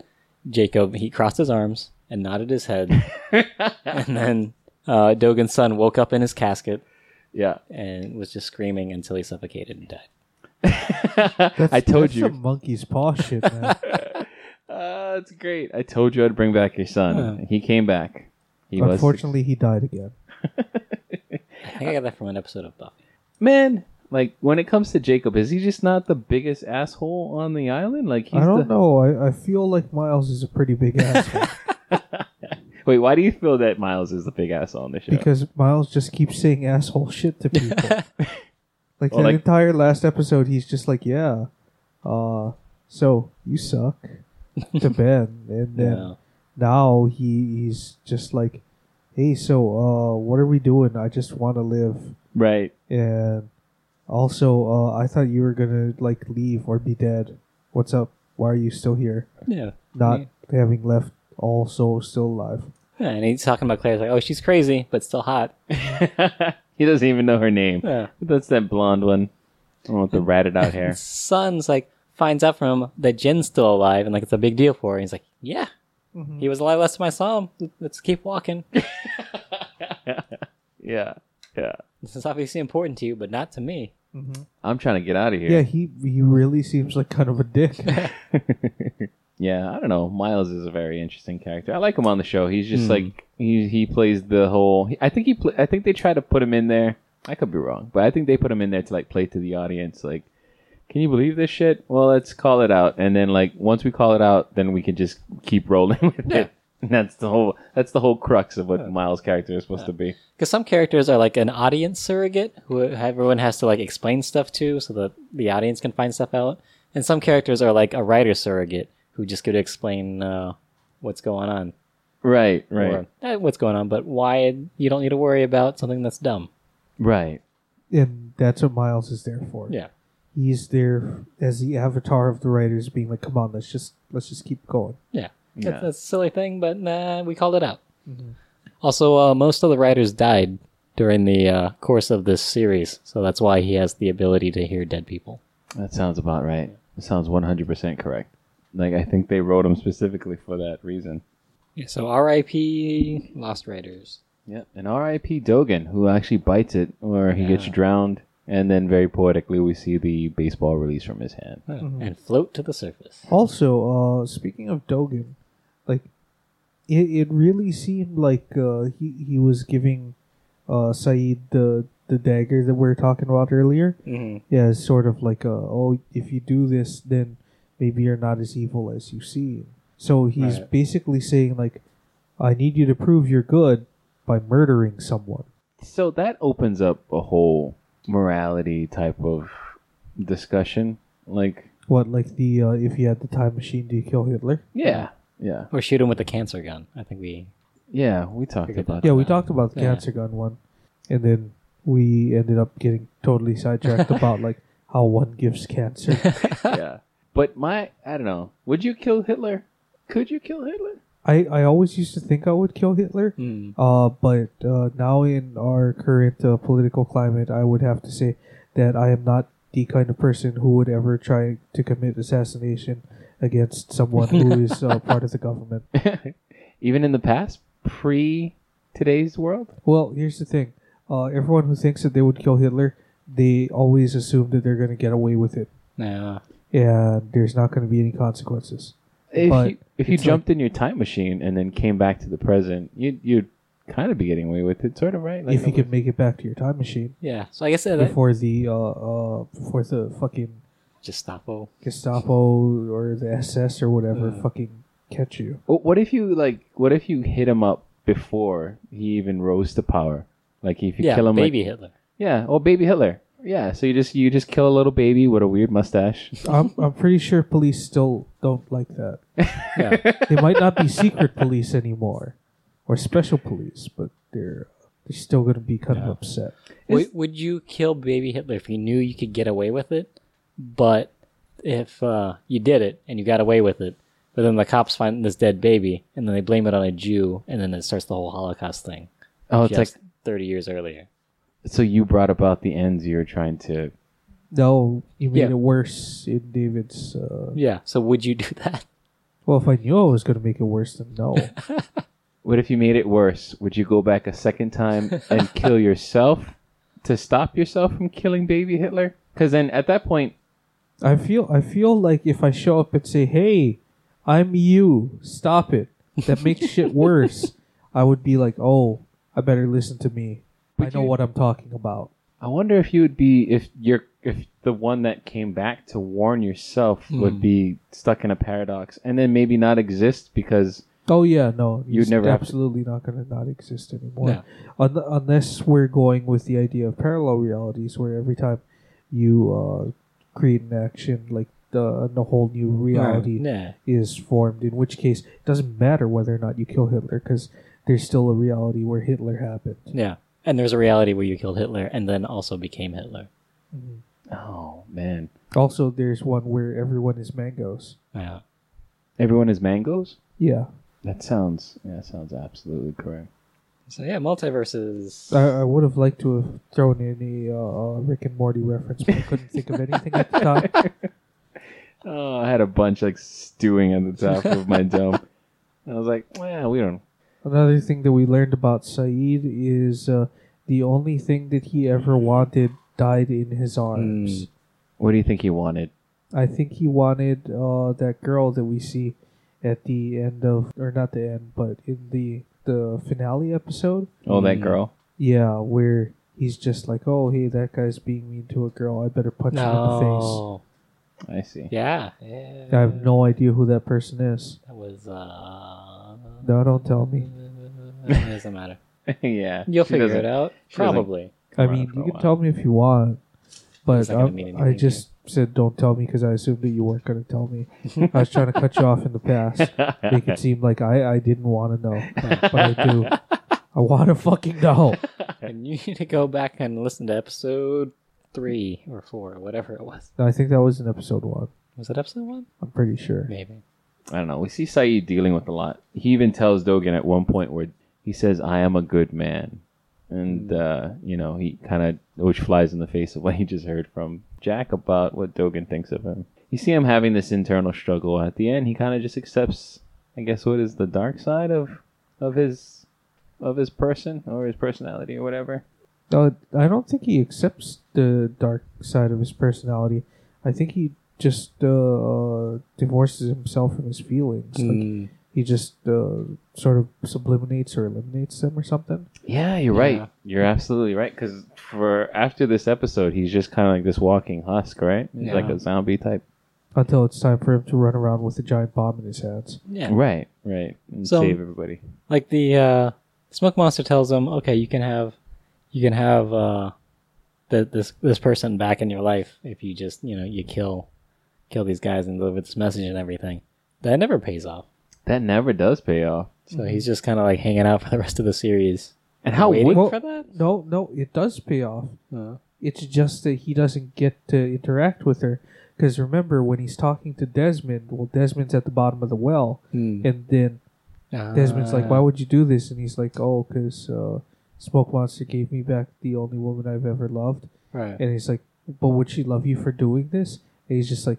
A: Jacob he crossed his arms and nodded his head, and then uh, Dogan's son woke up in his casket
C: Yeah,
A: and was just screaming until he suffocated and died.
C: I told
B: That's
C: you.
B: some monkey's paw shit, man.
C: Uh, it's great. I told you I'd bring back your son. He came back. He was-
B: Unfortunately, he died again.
A: I think I got that from an episode of Buffy.
C: man. Like when it comes to Jacob, is he just not the biggest asshole on the island? Like he's
B: I don't
C: the...
B: know. I, I feel like Miles is a pretty big asshole
C: Wait, why do you feel that Miles is the big asshole on the show?
B: because Miles just keeps saying asshole shit to people. like
C: Well,
B: that
C: like-
B: entire last episode, he's just like, yeah, uh, so you suck to Ben, and then
A: Yeah.
B: now he, he's just like, hey, so uh, what are we doing? I just want to live,
C: right.
B: and also uh, I thought you were gonna like leave or be dead. What's up? Why are you still here?
A: Yeah.
B: Not having left, also still alive.
A: Yeah, and he's talking about Claire's like, oh, she's crazy, but still hot.
C: he doesn't even know her name.
A: Yeah.
C: That's that blonde one. The one with the ratted out hair.
A: His son's like finds out from him that Jin's still alive, and like it's a big deal for her. And he's like, yeah, he was alive last time I saw him. Let's keep walking.
C: yeah. Yeah.
A: this is obviously important to you, but not to me.
C: I'm trying to get out of
B: Yeah,
C: here.
B: he he really seems like kind of a dick.
C: Yeah, I don't know. Miles is a very interesting character. I like him on the show. He's
A: Hmm.
C: just like he he plays the whole. I think he. Pl- I think they try to put him in there. I could be wrong, but I think they put him in there to like play to the audience. Like, can you believe this shit? Well, let's call it out, and then like once we call it out, then we can just keep rolling with
A: Yeah.
C: it. And that's the whole. That's the whole crux of what Miles' character is supposed to be.
A: Because some characters are like an audience surrogate who everyone has to like explain stuff to so that the audience can find stuff out. And some characters are like a writer surrogate who just get to explain uh, what's going on.
C: Right. Right.
A: Or not what's going on, but why you don't need to worry about something that's dumb.
C: Right.
B: and that's what Miles is there for.
A: Yeah.
B: He's there as the avatar of the writers being like, Come on, let's just let's just keep going.
A: Yeah. Mm-hmm.
C: Yeah.
A: That's, that's a silly thing, but nah, we called it out. Also, uh, most of the writers died during the uh, course of this series, so that's why he has the ability to hear dead people.
C: That sounds about right. That sounds 100% correct. Like I think they wrote him specifically for that reason.
A: Yeah, so R.I.P. Lost Writers.
C: Yeah, and R.I.P. Dogan, who actually bites it, or he gets
A: Yeah.
C: drowned, and then very poetically we see the baseball release from his hand.
A: And float to the surface.
B: Also, uh speaking of Dogan, like it, it really seemed like uh he, he was giving uh Saeed the the dagger that we were talking about earlier.
A: Mm-hmm.
B: Yeah, it's sort of like a, oh, if you do this, then maybe you're not as evil as you seem. So he's
A: Right.
B: basically saying like, I need you to prove you're good by murdering someone.
C: So that opens up a whole morality type of discussion. Like,
B: What like the uh, if you had the time machine, do you kill Hitler?
C: yeah, yeah,
A: Or shoot him with a cancer gun. I think we.
C: yeah, we talked about
B: Yeah, we talked about the
A: Yeah.
B: cancer gun one, and then we ended up getting totally sidetracked about like how one gives cancer.
C: that. yeah. But my, I don't know, would you kill Hitler? Could you kill Hitler?
B: I I always used to think I would kill Hitler,
A: Mm.
B: Uh, but uh, now in our current uh, political climate, I would have to say that I am not the kind of person who would ever try to commit assassination against someone who is uh, part of the government.
C: Even in the past, pre today's world?
B: Well, here's the thing: uh, everyone who thinks that they would kill Hitler they always assume that they're going to get away with it
A: Yeah.
B: and there's not going to be any consequences.
C: If
B: But
C: you, if you
B: it's like-
C: jumped in your time machine and then came back to the present, you'd you'd kind of be getting away with it, sort of, right?
B: if you
C: nobody-
B: could make it back to your time machine
A: Yeah. So I guess that
B: before the uh, uh before the fucking
A: Gestapo.
B: Gestapo or the SS or whatever
A: Uh.
B: fucking catch you.
C: Wh- What if you like? What if you hit him up before he even rose to power? Like if you
A: yeah,
C: kill him, like-
A: baby Hitler.
C: yeah, oh baby Hitler, yeah. So you just you just kill a little baby with a weird mustache.
B: I'm I'm pretty sure police still don't like that.
A: Yeah.
B: They might not be secret police anymore or special police, but they're they're still going to be kind
A: Yeah.
B: of upset.
A: would, would you kill baby Hitler if you knew you could get away with it? But if uh, you did it and you got away with it, but then the cops find this dead baby and then they blame it on a Jew and then it starts the whole Holocaust thing.
C: Oh, it's like
A: just 30 years earlier.
C: so you brought about the ends you were trying to.
B: No, you made
A: Yeah.
B: it worse in David's. Uh,
A: Yeah. So would you do that?
B: well, if I knew I was going to make it worse, then no.
C: What if you made it worse? Would you go back a second time and kill yourself to stop yourself from killing baby Hitler? Because then at that point,
B: I feel I feel like if I show up and say, "Hey, I'm you. Stop it." That makes shit worse. I would be like, "Oh, I better listen to me. I
C: Would
B: know
C: you-
B: what I'm talking about."
C: I wonder if you would be if you're if the one that came back to warn yourself
A: Hmm.
C: would be stuck in a paradox and then maybe not exist because
B: Oh yeah, no,
C: You'd
B: it's
C: never have to-
B: absolutely not going to not exist anymore,
A: No.
B: Un- unless we're going with the idea of parallel realities, where every time you uh, create an action, like the the whole new reality
A: Nah.
B: is formed. In which case, it doesn't matter whether or not you kill Hitler, because there's still a reality where Hitler happened.
A: Yeah. And there's a reality where you killed Hitler and then also became Hitler.
C: oh man,
B: Also, there's one where everyone is mangoes.
A: Yeah.
C: everyone is mangoes.
B: Yeah,
C: That sounds yeah, that sounds absolutely correct.
A: So yeah, multiverses.
B: I, I would have liked to have thrown in a uh, uh, Rick and Morty reference, but I couldn't think of anything at the time.
C: Oh, I had a bunch like stewing on the top of my dome. I was like, well, we don't.
B: Another thing that we learned about Saeed is uh, the only thing that he ever wanted died in his arms.
C: What do you think he wanted?
B: I think he wanted uh, that girl that we see at the end of, or not the end, but in the the finale episode.
C: Oh, that
A: Mm.
C: girl.
B: Yeah, where he's just like, "Oh, hey, that guy's being mean to a girl. I better punch him in the face."
A: no.
C: I see.
A: Yeah. yeah.
B: I have no idea who that person is.
A: That was. Uh,
B: No, don't tell me.
A: it doesn't matter.
C: yeah,
A: You'll
C: she
A: figure it
C: doesn't-
A: out.
C: she doesn't-
A: Probably.
B: I
C: Around
B: mean,
C: for a
B: you can
C: while.
B: tell me if you want, but
A: It's not gonna
B: I-
A: mean anything
B: I
A: to
B: just said don't tell me because I assumed that you weren't going to tell me. I was trying to cut you off in the past, make it seem like I, I didn't want to know, but I do. I want to fucking know.
A: and you need to go back and listen to episode three or four, or whatever it was.
B: I think that was in episode one.
A: Was it episode one?
B: I'm pretty sure.
A: Maybe.
C: I don't know. We see Saeed dealing with a lot. He even tells Dogen at one point where he says, "I am a good man," and uh, you know he kind of which flies in the face of what he just heard from Jack about what Dogen thinks of him. You see him having this internal struggle. At the end, he kind of just accepts, I guess, what is the dark side of of his of his person or his personality or whatever.
B: Uh, I don't think he accepts the dark side of his personality. I think he just uh, divorces himself from his feelings.
A: Mm.
B: Like, he just uh, sort of subliminates or eliminates them or something.
C: Yeah, you're
A: Yeah.
C: right. You're absolutely right. Because for after this episode, he's just kind of like this walking husk, right? He's like
A: Yeah.
C: a zombie type.
B: until it's time for him to run around with a giant bomb in his hands.
A: Mm, Yeah.
C: Right, right. And
A: So-
C: save everybody.
A: like the uh, smoke monster tells him, okay, you can have, you can have uh, the, this this person back in your life if you just you know you kill, kill these guys and deliver this message and everything. That never pays off.
C: That never does pay off.
A: So
B: Mm-hmm.
A: he's just kind of like hanging out for the rest of the series.
C: And how
A: waiting
C: would
B: Well-
A: for that?
B: No, no, it does pay off. It's just that he doesn't get to interact with her. Because remember, when he's talking to Desmond, well, Desmond's at the bottom of the well.
A: Hmm.
B: And then
A: Uh,
B: Desmond's like,
A: Ah.
B: Why would you do this? And he's like, Oh, because uh, Smoke Monster gave me back the only woman I've ever loved.
A: Right.
B: And he's like, But would she love you for doing this? And he's just like,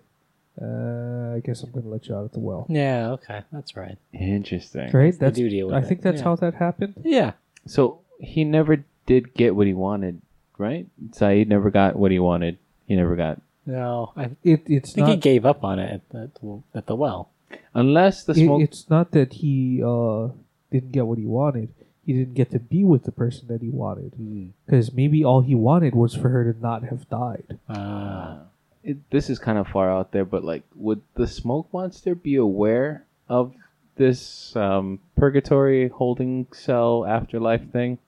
B: uh, I guess I'm going to let you out of the well.
A: Yeah. Okay. That's right.
C: interesting?
B: Right?
A: They
B: That's,
A: do deal with
B: I
A: it.
B: think that's
A: Yeah.
B: how that happened.
A: Yeah.
C: So he never did get what he wanted right? Saeed never got what he wanted. He never got
A: No, I think
B: It it's
A: he
B: not
A: gave up on it at the, at the well.
C: unless the
B: it-
C: smoke.
B: it's not that he uh didn't get what he wanted. He didn't get to be with the person that he wanted
C: Hmm.
B: because maybe all he wanted was for her to not have died. Ah.
A: Uh,
C: it, this is kind of far out there, but like, would the smoke monster be aware of this um, purgatory holding cell afterlife thing?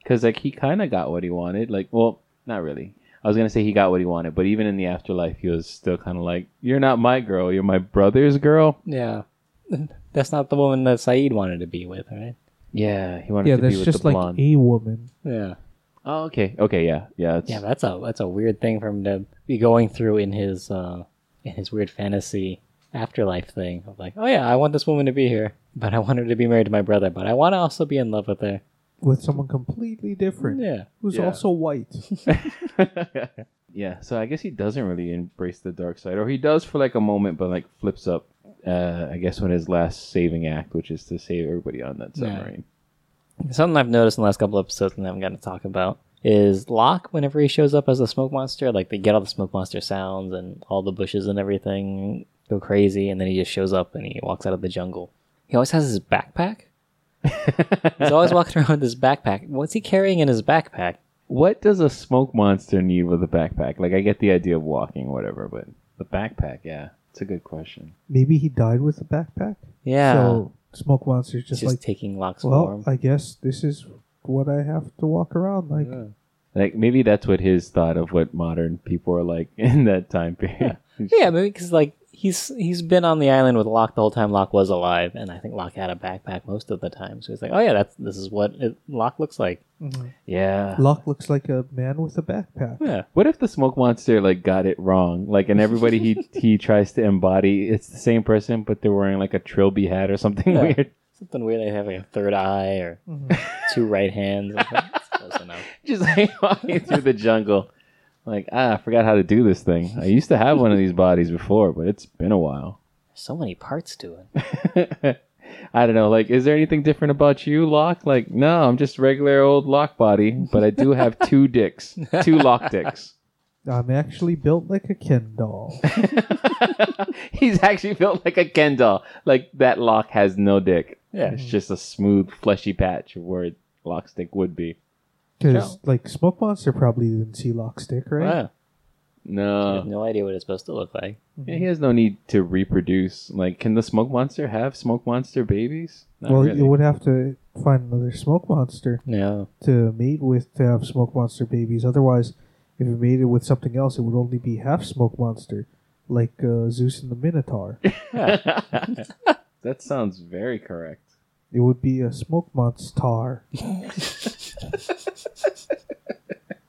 C: Because like, he kind of got what he wanted. Like, well, not really. I was gonna say he got what he wanted, but even in the afterlife, he was still kind of like, "You're not my girl. You're my brother's girl."
A: yeah. That's not the woman that Saeed wanted to be with, right?
C: Yeah, he wanted
B: yeah,
C: to be
B: that's
C: with
B: just
C: the
B: like
C: blonde.
B: a woman.
A: Yeah.
C: oh, okay, okay, yeah, yeah, it's,
A: Yeah, that's a that's a weird thing for him to be going through in his uh, in his weird fantasy afterlife thing of like, oh yeah, I want this woman to be here, but I want her to be married to my brother, but I want to also be in love with her.
B: with someone completely different
A: Yeah,
B: who's
C: Yeah.
B: also white.
C: yeah, so I guess he doesn't really embrace the dark side, or he does for like a moment, but like flips up. Uh, I guess when his last saving act, which is to save everybody on that
A: Yeah.
C: submarine.
A: something I've noticed in the last couple episodes and I haven't gotten to talk about is Locke. Whenever he shows up as the smoke monster, like they get all the smoke monster sounds and all the bushes and everything go crazy, and then he just shows up and he walks out of the jungle. He always has his backpack. He's always walking around with his backpack. What's he carrying in his backpack?
C: What does a smoke monster need with a backpack? Like, I get the idea of walking, whatever, but the backpack, yeah, it's a good question.
B: Maybe he died with a backpack.
A: Yeah.
B: So smoke monsters
A: It's
B: just,
A: just
B: like
A: taking Locke's
B: well,
A: form.
B: I guess this is what I have to walk around like.
C: Like, maybe that's what his thought of what modern people are like in that time period.
A: yeah, maybe because like he's he's been on the island with Locke the whole time Locke was alive, and I think Locke had a backpack most of the time. So he's like, oh yeah, that's this is what it, Locke looks like.
C: yeah.
B: Locke looks like a man with a backpack.
A: Yeah,
C: What if the smoke monster like got it wrong? Like, and everybody he he tries to embody, it's the same person, but they're wearing like a trilby hat or something
A: Yeah.
C: weird.
A: something weird. They have like a third eye or
B: Mm-hmm.
A: two right hands. It's like, that's close enough.
C: Just like walking through the jungle, like ah, I forgot how to do this thing. I used to have one of these bodies before, but it's been a while.
A: There's so many parts to it.
C: I don't know. Like, is there anything different about you, Locke? Like, no, I'm just regular old Locke body, but I do have two dicks, two Locke dicks.
B: I'm actually built like a Ken doll.
C: He's actually built like a Ken doll. Like that lock has no dick.
A: Yeah.
C: It's just a smooth, fleshy patch of where Locke's dick would be.
B: Because like smoke monster probably didn't see Locke stick, right?
A: Wow. I have
C: No.
A: no idea what it's supposed to look like.
C: Yeah, he has no need to reproduce. Like, can the smoke monster have smoke monster babies? Not
B: well,
C: really.
B: you would have to find another smoke monster
A: No.
B: to mate with to have smoke monster babies. Otherwise, if you made it with something else, it would only be half smoke monster, like uh, Zeus and the Minotaur.
C: that sounds very correct.
B: It would be a smoke monster.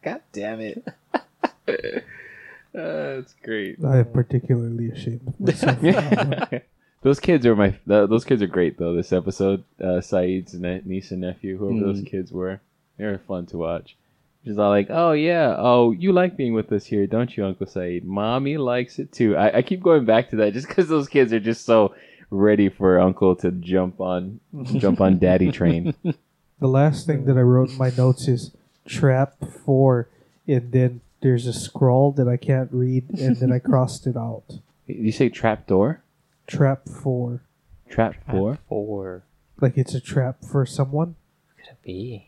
C: God damn it. Uh, that's great.
B: I am particularly ashamed of myself.
C: those kids are my. th those kids are great though. This episode, uh, Saeed's ne- niece and nephew, whoever
B: Mm.
C: those kids were, they were fun to watch. She's all like, "Oh yeah, oh you like being with us here, don't you, Uncle Saeed? Mommy likes it too." I, I keep going back to that just because those kids are just so ready for Uncle to jump on, jump on Daddy train.
B: the last thing that I wrote in my notes is trap four, and then there's a scrawl that I can't read, and then I crossed it out.
C: you say trap door,
B: Trap four,
C: trap four.
A: Four.
B: like it's a trap for someone.
A: Could it be?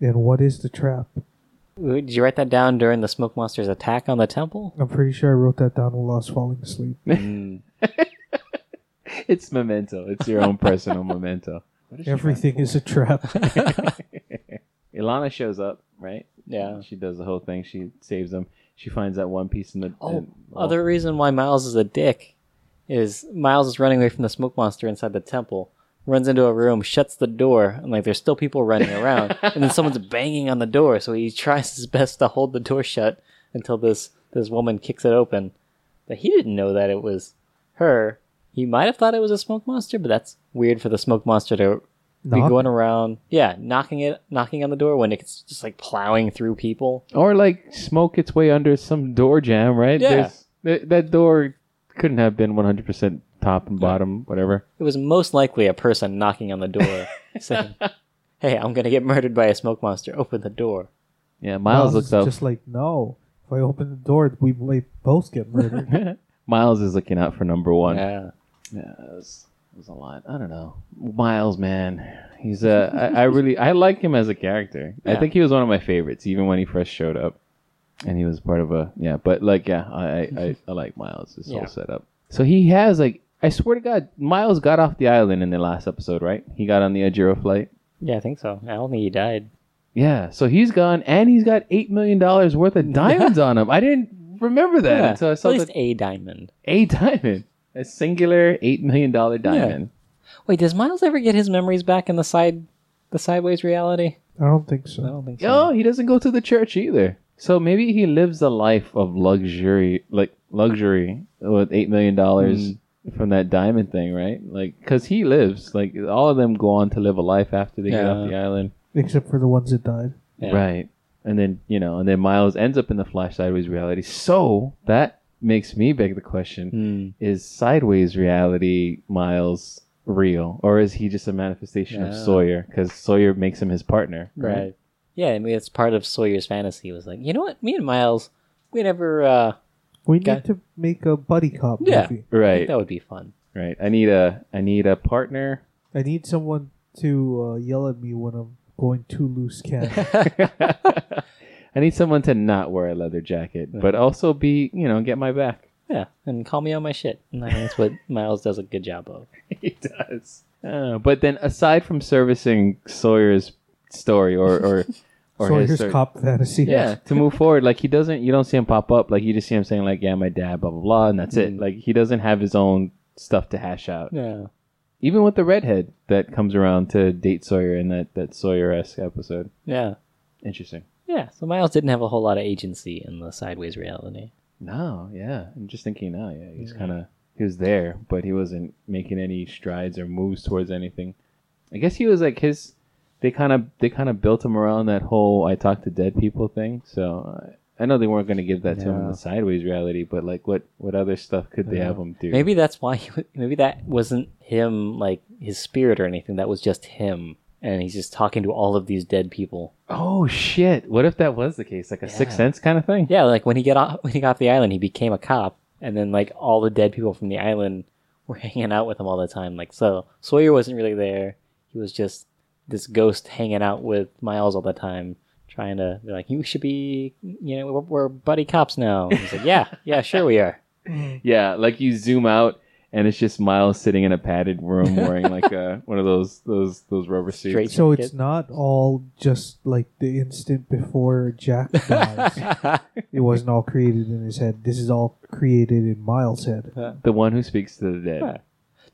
B: And what is the trap?
A: Ooh, Did you write that down during the smoke monster's attack on the temple?
B: I'm pretty sure I wrote that down while I was falling asleep.
C: It's memento. It's your own personal memento. What is she
B: Everything is a trap.
C: trying- Ilana shows up, right?
A: Yeah.
C: She does the whole thing. She saves them. She finds that one piece in the.
A: Oh,
C: in-
A: other reason why Miles is a dick is Miles is running away from the smoke monster inside the temple, runs into a room, shuts the door, and like there's still people running around, and then someone's banging on the door, so he tries his best to hold the door shut until this this woman kicks it open. But he didn't know that it was her. He might have thought it was a smoke monster, but that's weird for the smoke monster to
B: Knock?
A: be going around, yeah, knocking it, knocking on the door when it's just like plowing through people.
C: Or like smoke its way under some door jam, right?
A: Yeah.
C: There's- th- that door couldn't have been 100% top and bottom, whatever.
A: It was most likely a person knocking on the door saying, Hey, I'm going to get murdered by a smoke monster. Open the door.
C: Yeah, Miles,
B: is
C: looks up.
B: Just like no, if I open the door, we may both get murdered.
C: Miles is looking out for number one.
A: Yeah.
C: Yeah, it was, it was a lot. I don't know. Miles, man, he's a. I, I really I like him as a character. I
A: Yeah.
C: think he was one of my favorites, even when he first showed up, and he was part of a yeah. But like yeah, I I, I, I like Miles. This
A: Yeah.
C: whole setup. So he has like I swear to God, Miles got off the island in the last episode, right? He got on the Ajiro flight.
A: Yeah, I think so. I don't think he died.
C: Yeah, so he's gone, and he's got eight million dollars worth of diamonds on him. I didn't remember that
A: Yeah.
C: until I
A: At
C: saw
A: least
C: the
A: a diamond.
C: a diamond, a singular eight million dollar diamond.
A: Wait, does Miles ever get his memories back in the side, the sideways reality?
B: I don't think so.
A: I don't think so.
C: Oh, he doesn't go to the church either. So maybe he lives a life of luxury, like luxury with eight million dollars from that diamond thing, right? Like, cause he lives. Like, all of them go on to live a life after they get off
A: Yeah.
C: the island,
B: Except for the ones that died.
A: Yeah.
C: right? And then you know, and then Miles ends up in the Flash sideways reality. So that makes me beg the question:
A: Hmm.
C: Is sideways reality Miles real, or is he just a manifestation of
A: Yeah.
C: Sawyer? Because Sawyer makes him his partner,
A: Right. Yeah, I mean it's part of Sawyer's fantasy. Was like, you know what? Me and Miles, we never. uh
B: We
A: Guy-
B: need to make a buddy cop
A: Yeah.
B: movie.
C: Right.
A: That would be fun.
C: Right. I need a I need a partner.
B: I need someone to uh, yell at me when I'm going too loose cannon.
C: I need someone to not wear a leather jacket, but also be you know get my back.
A: Yeah, and call me on my shit. And I think that's what Miles does a good job of.
C: he does. Uh, but then aside from servicing Sawyer's story or or or his
B: Sawyer's
C: story-
B: cop fantasy.
C: yeah to move forward like he doesn't you don't see him pop up like you just see him saying like yeah my dad blah blah blah and that's it
A: Mm.
C: like he doesn't have his own stuff to hash out
A: Yeah.
C: even with the redhead that comes around to date Sawyer in that that Sawyer esque episode
A: Yeah.
C: interesting
A: Yeah. So Miles didn't have a whole lot of agency in the sideways reality.
C: No, yeah. I'm just thinking now. Yeah, he's kind of he was there, but he wasn't making any strides or moves towards anything. I guess he was like his. They kind of they kind of built him around that whole "I talk to dead people" thing. So uh, I, I know they weren't going to give that to him in
A: Yeah.
C: the sideways reality, but like, what what other stuff could they
A: Yeah.
C: have him do?
A: Maybe that's why. He, w- maybe that wasn't him, like his spirit or anything. That was just him, and he's just talking to all of these dead people.
C: Oh shit! What if that was the case? Like a sixth sense kind of thing?
A: Yeah, like when he got off, when he got off the island, he became a cop, and then like all the dead people from the island were hanging out with him all the time. Like so, Sawyer wasn't really there. He was just this ghost hanging out with Miles all the time, trying to be like, "You should be, you know, we're, we're buddy cops now." And he's like, "Yeah, yeah, sure we are."
C: Yeah, like you zoom out. And it's just Miles sitting in a padded room wearing like a, one of those those those rubber suits.
A: Straight
B: So it's
A: Kid.
B: not all just like the instant before Jack dies. it wasn't all created in his head. This is all created in Miles' head.
C: The one who speaks to the dead.
A: Yeah.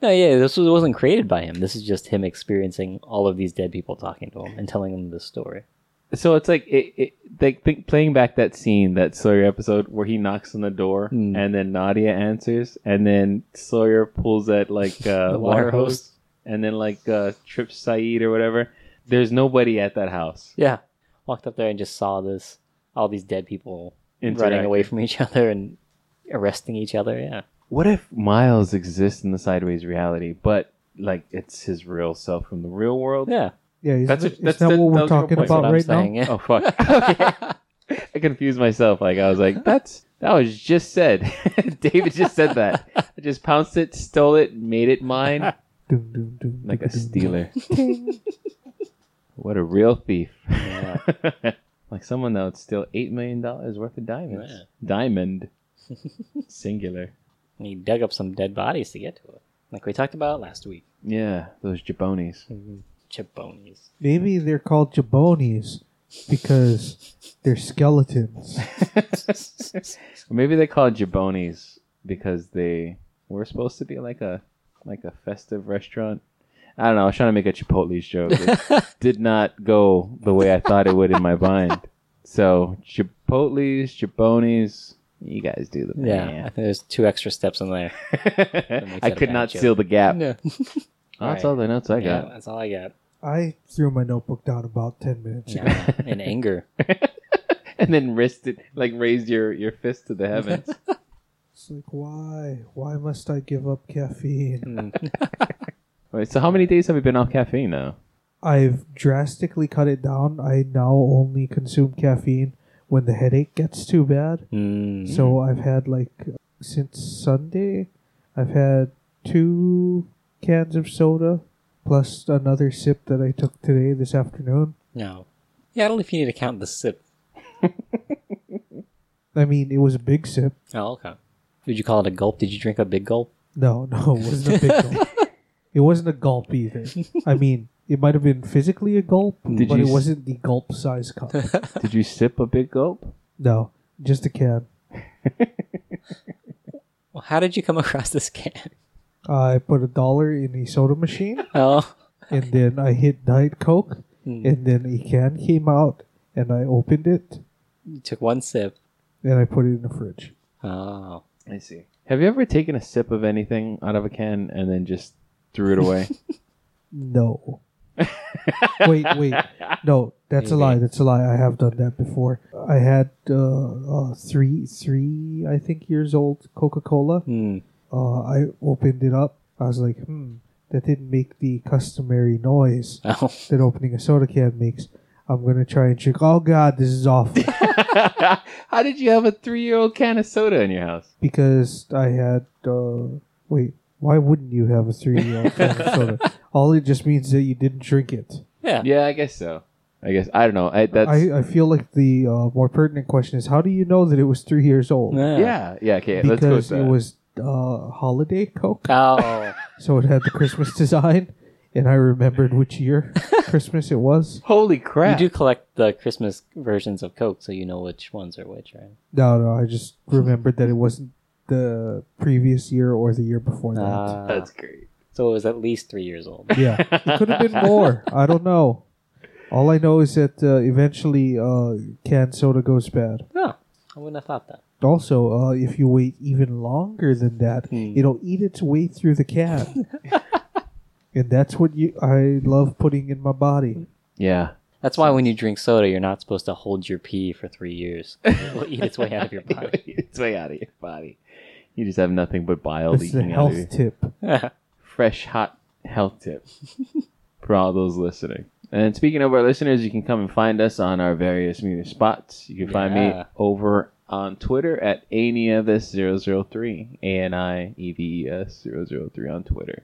A: No, yeah, this was, wasn't created by him. This is just him experiencing all of these dead people talking to him and telling him this story.
C: So it's like it, it they think playing back that scene, that Sawyer episode where he knocks on the door
A: Hmm.
C: and then Nadia answers and then Sawyer pulls that like uh,
A: The
C: water
A: water
C: hose and then like uh, trips Saeed or whatever. There's nobody at that house.
A: Yeah, walked up there and just saw this, all these dead people running
C: Interacting.
A: away from each other and arresting each other. Yeah,
C: What if Miles exists in the sideways reality, but like it's his real self from the real world?
A: yeah.
B: Yeah, isn't
C: That's
B: that's
C: a- that's
B: not
C: the-
B: what
C: that
B: we're
C: was your
B: talking
C: point.
A: That's
B: about
A: what
B: right
A: I'm
B: now?
A: saying. Yeah.
C: Oh fuck. I confused myself. Like I was like, that's that was just said. David just said that. I just pounced it, stole it, made it mine.
B: Dun, dun, dun,
C: like a
B: dun, dun.
C: stealer. what a real thief!
A: Yeah.
C: like someone that would steal eight million dollars worth of diamonds.
A: Yeah.
C: Diamond, singular.
A: And he dug up some dead bodies to get to it, like we talked about last week.
C: Yeah, those jabonis.
A: Chibonis.
B: Maybe they're called jabonis because they're skeletons.
C: Or maybe they call it jabonis because they were supposed to be like a like a festive restaurant. I don't know. I was trying to make a Chipotle's joke. It did not go the way I thought it would in my mind. So Chipotle's, jabonis. You guys do the
A: Yeah, I think there's two extra steps in there. makes
C: I
A: it a
C: could
A: bad
C: not
A: joke.
C: seal the gap.
A: Yeah,
C: Oh, that's
A: Alright.
C: all the notes I
A: yeah,
C: got.
A: that's all I got.
B: I threw my notebook down about 10 minutes ago.
A: Yeah. In anger.
C: And then wrist it, like raise your, your fist to the heavens.
B: It's like, why? Why must I give up caffeine?
A: Mm.
C: Wait, so how many days have we been off caffeine now?
B: I've drastically cut it down. I now only consume caffeine when the headache gets too bad.
A: Mm.
B: So
C: Mm-hmm.
B: I've had like since Sunday, I've had two cans of soda plus another sip that I took today this afternoon.
A: no. Yeah, I don't know if you need to count the sip.
B: I mean, it was a big sip.
A: Oh, okay. Would you call it a gulp? Did you drink a big gulp?
B: No, no, it wasn't a big gulp. It wasn't a gulp either. I mean, it might have been physically a gulp,
C: Did
B: but
C: you
B: it
C: s-
B: wasn't the gulp size cup.
C: Did you sip a big gulp?
B: no, just a can.
A: Well, how did you come across this can?
B: I put a dollar in a soda machine,
A: Oh,
B: and then I hit Diet Coke,
A: Hmm.
B: and then a can came out, and I opened it,
A: you took one sip.
B: and I put it in the fridge.
A: Oh,
C: I see. Have you ever taken a sip of anything out of a can and then just threw it away?
B: No. wait, wait. No, that's a lie.
A: Maybe.
B: That's a lie. I have done that before. I had uh, uh, three, three, I think, years old Coca Cola.
A: Hmm.
B: Uh, I opened it up. I was like, hmm, that didn't make the customary noise
A: oh,
B: that opening a soda can makes. I'm gonna try and drink. Oh God, this is awful
C: How did you have a three-year-old can of soda in your house?
B: because I had. Uh, wait, why wouldn't you have a three-year-old can of soda? All it just means that you didn't drink it.
A: yeah.
C: Yeah, I guess so. I guess I don't know. I, that's
B: I, I feel like the uh, more pertinent question is how do you know that it was three years old?
C: yeah, yeah. Okay, let's go with
B: because
C: that.
B: it was uh, holiday Coke,
A: Oh,
B: so it had the Christmas design, and I remembered which year Christmas it was.
C: Holy
A: you
C: crap!
A: do collect the Christmas versions of Coke, so you know which ones are which, right?
B: No, no, I just remembered that it wasn't the previous year or the year before that.
A: Ah.
C: That's great.
A: so it was at least three years old.
B: Yeah, it could have been more. I don't know. All I know is that uh, eventually uh, canned soda goes bad.
A: Oh, I wouldn't have thought that.
B: Also, uh, if you wait even longer than that,
A: Hmm.
B: it'll eat its way through the can. and that's what you I love putting in my body.
C: Yeah,
A: That's why when you drink soda, you're not supposed to hold your pee for three years. It will eat its way out of your body.
C: it's way out of your body. You just have nothing but bile
B: That's the
C: leaking out of you.
B: health tip.
C: Fresh, hot health tip for all those listening. And speaking of our listeners, you can come and find us on our various media spots. You can find me
A: Yeah.
C: over on Twitter at anieves003, E A-N-I-E-V-E-S 003 on Twitter.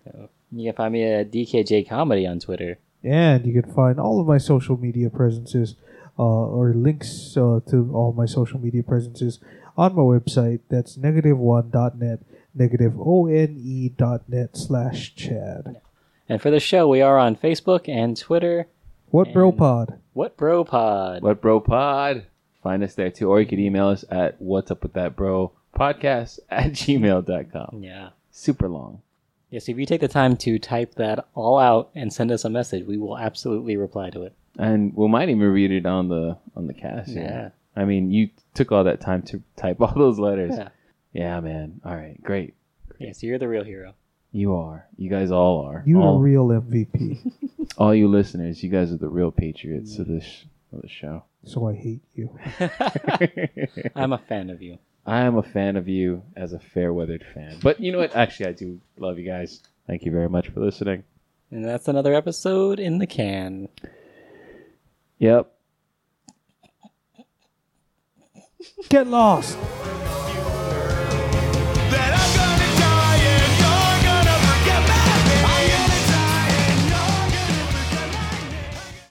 A: you can find me at DKJ Comedy on Twitter.
B: And you can find all of my social media presences uh, or links uh, to all my social media presences on my website. That's negative1.net, negative O-N-E dot net slash Chad.
A: And for the show, we are on Facebook and Twitter.
B: What bro
A: And-
B: pod?
A: What Bro Pod?
C: What Bro Pod. Find us there too. Or you could email us at what's up with that bro podcast at gmail.com.
A: Yeah.
C: Super long.
A: Yes, if you take the time to type that all out and send us a message, we will absolutely reply to it.
C: And we might even read it on the on the cast. you know?
A: Yeah.
C: I mean, you took all that time to type all those letters.
A: Yeah.
C: Yeah, man. All right, great.
A: Yes, you're the real hero.
C: You are. You guys all are.
B: You're
C: all,
B: a real MVP,
C: all you listeners, you guys are the real patriots of this of the show.
B: so I hate you.
A: I'm a fan of you.
C: I am a fan of you as a fair weathered fan. But you know what? Actually, I do love you guys. Thank you very much for listening.
A: And that's another episode in the can.
C: Yep.
B: Get lost!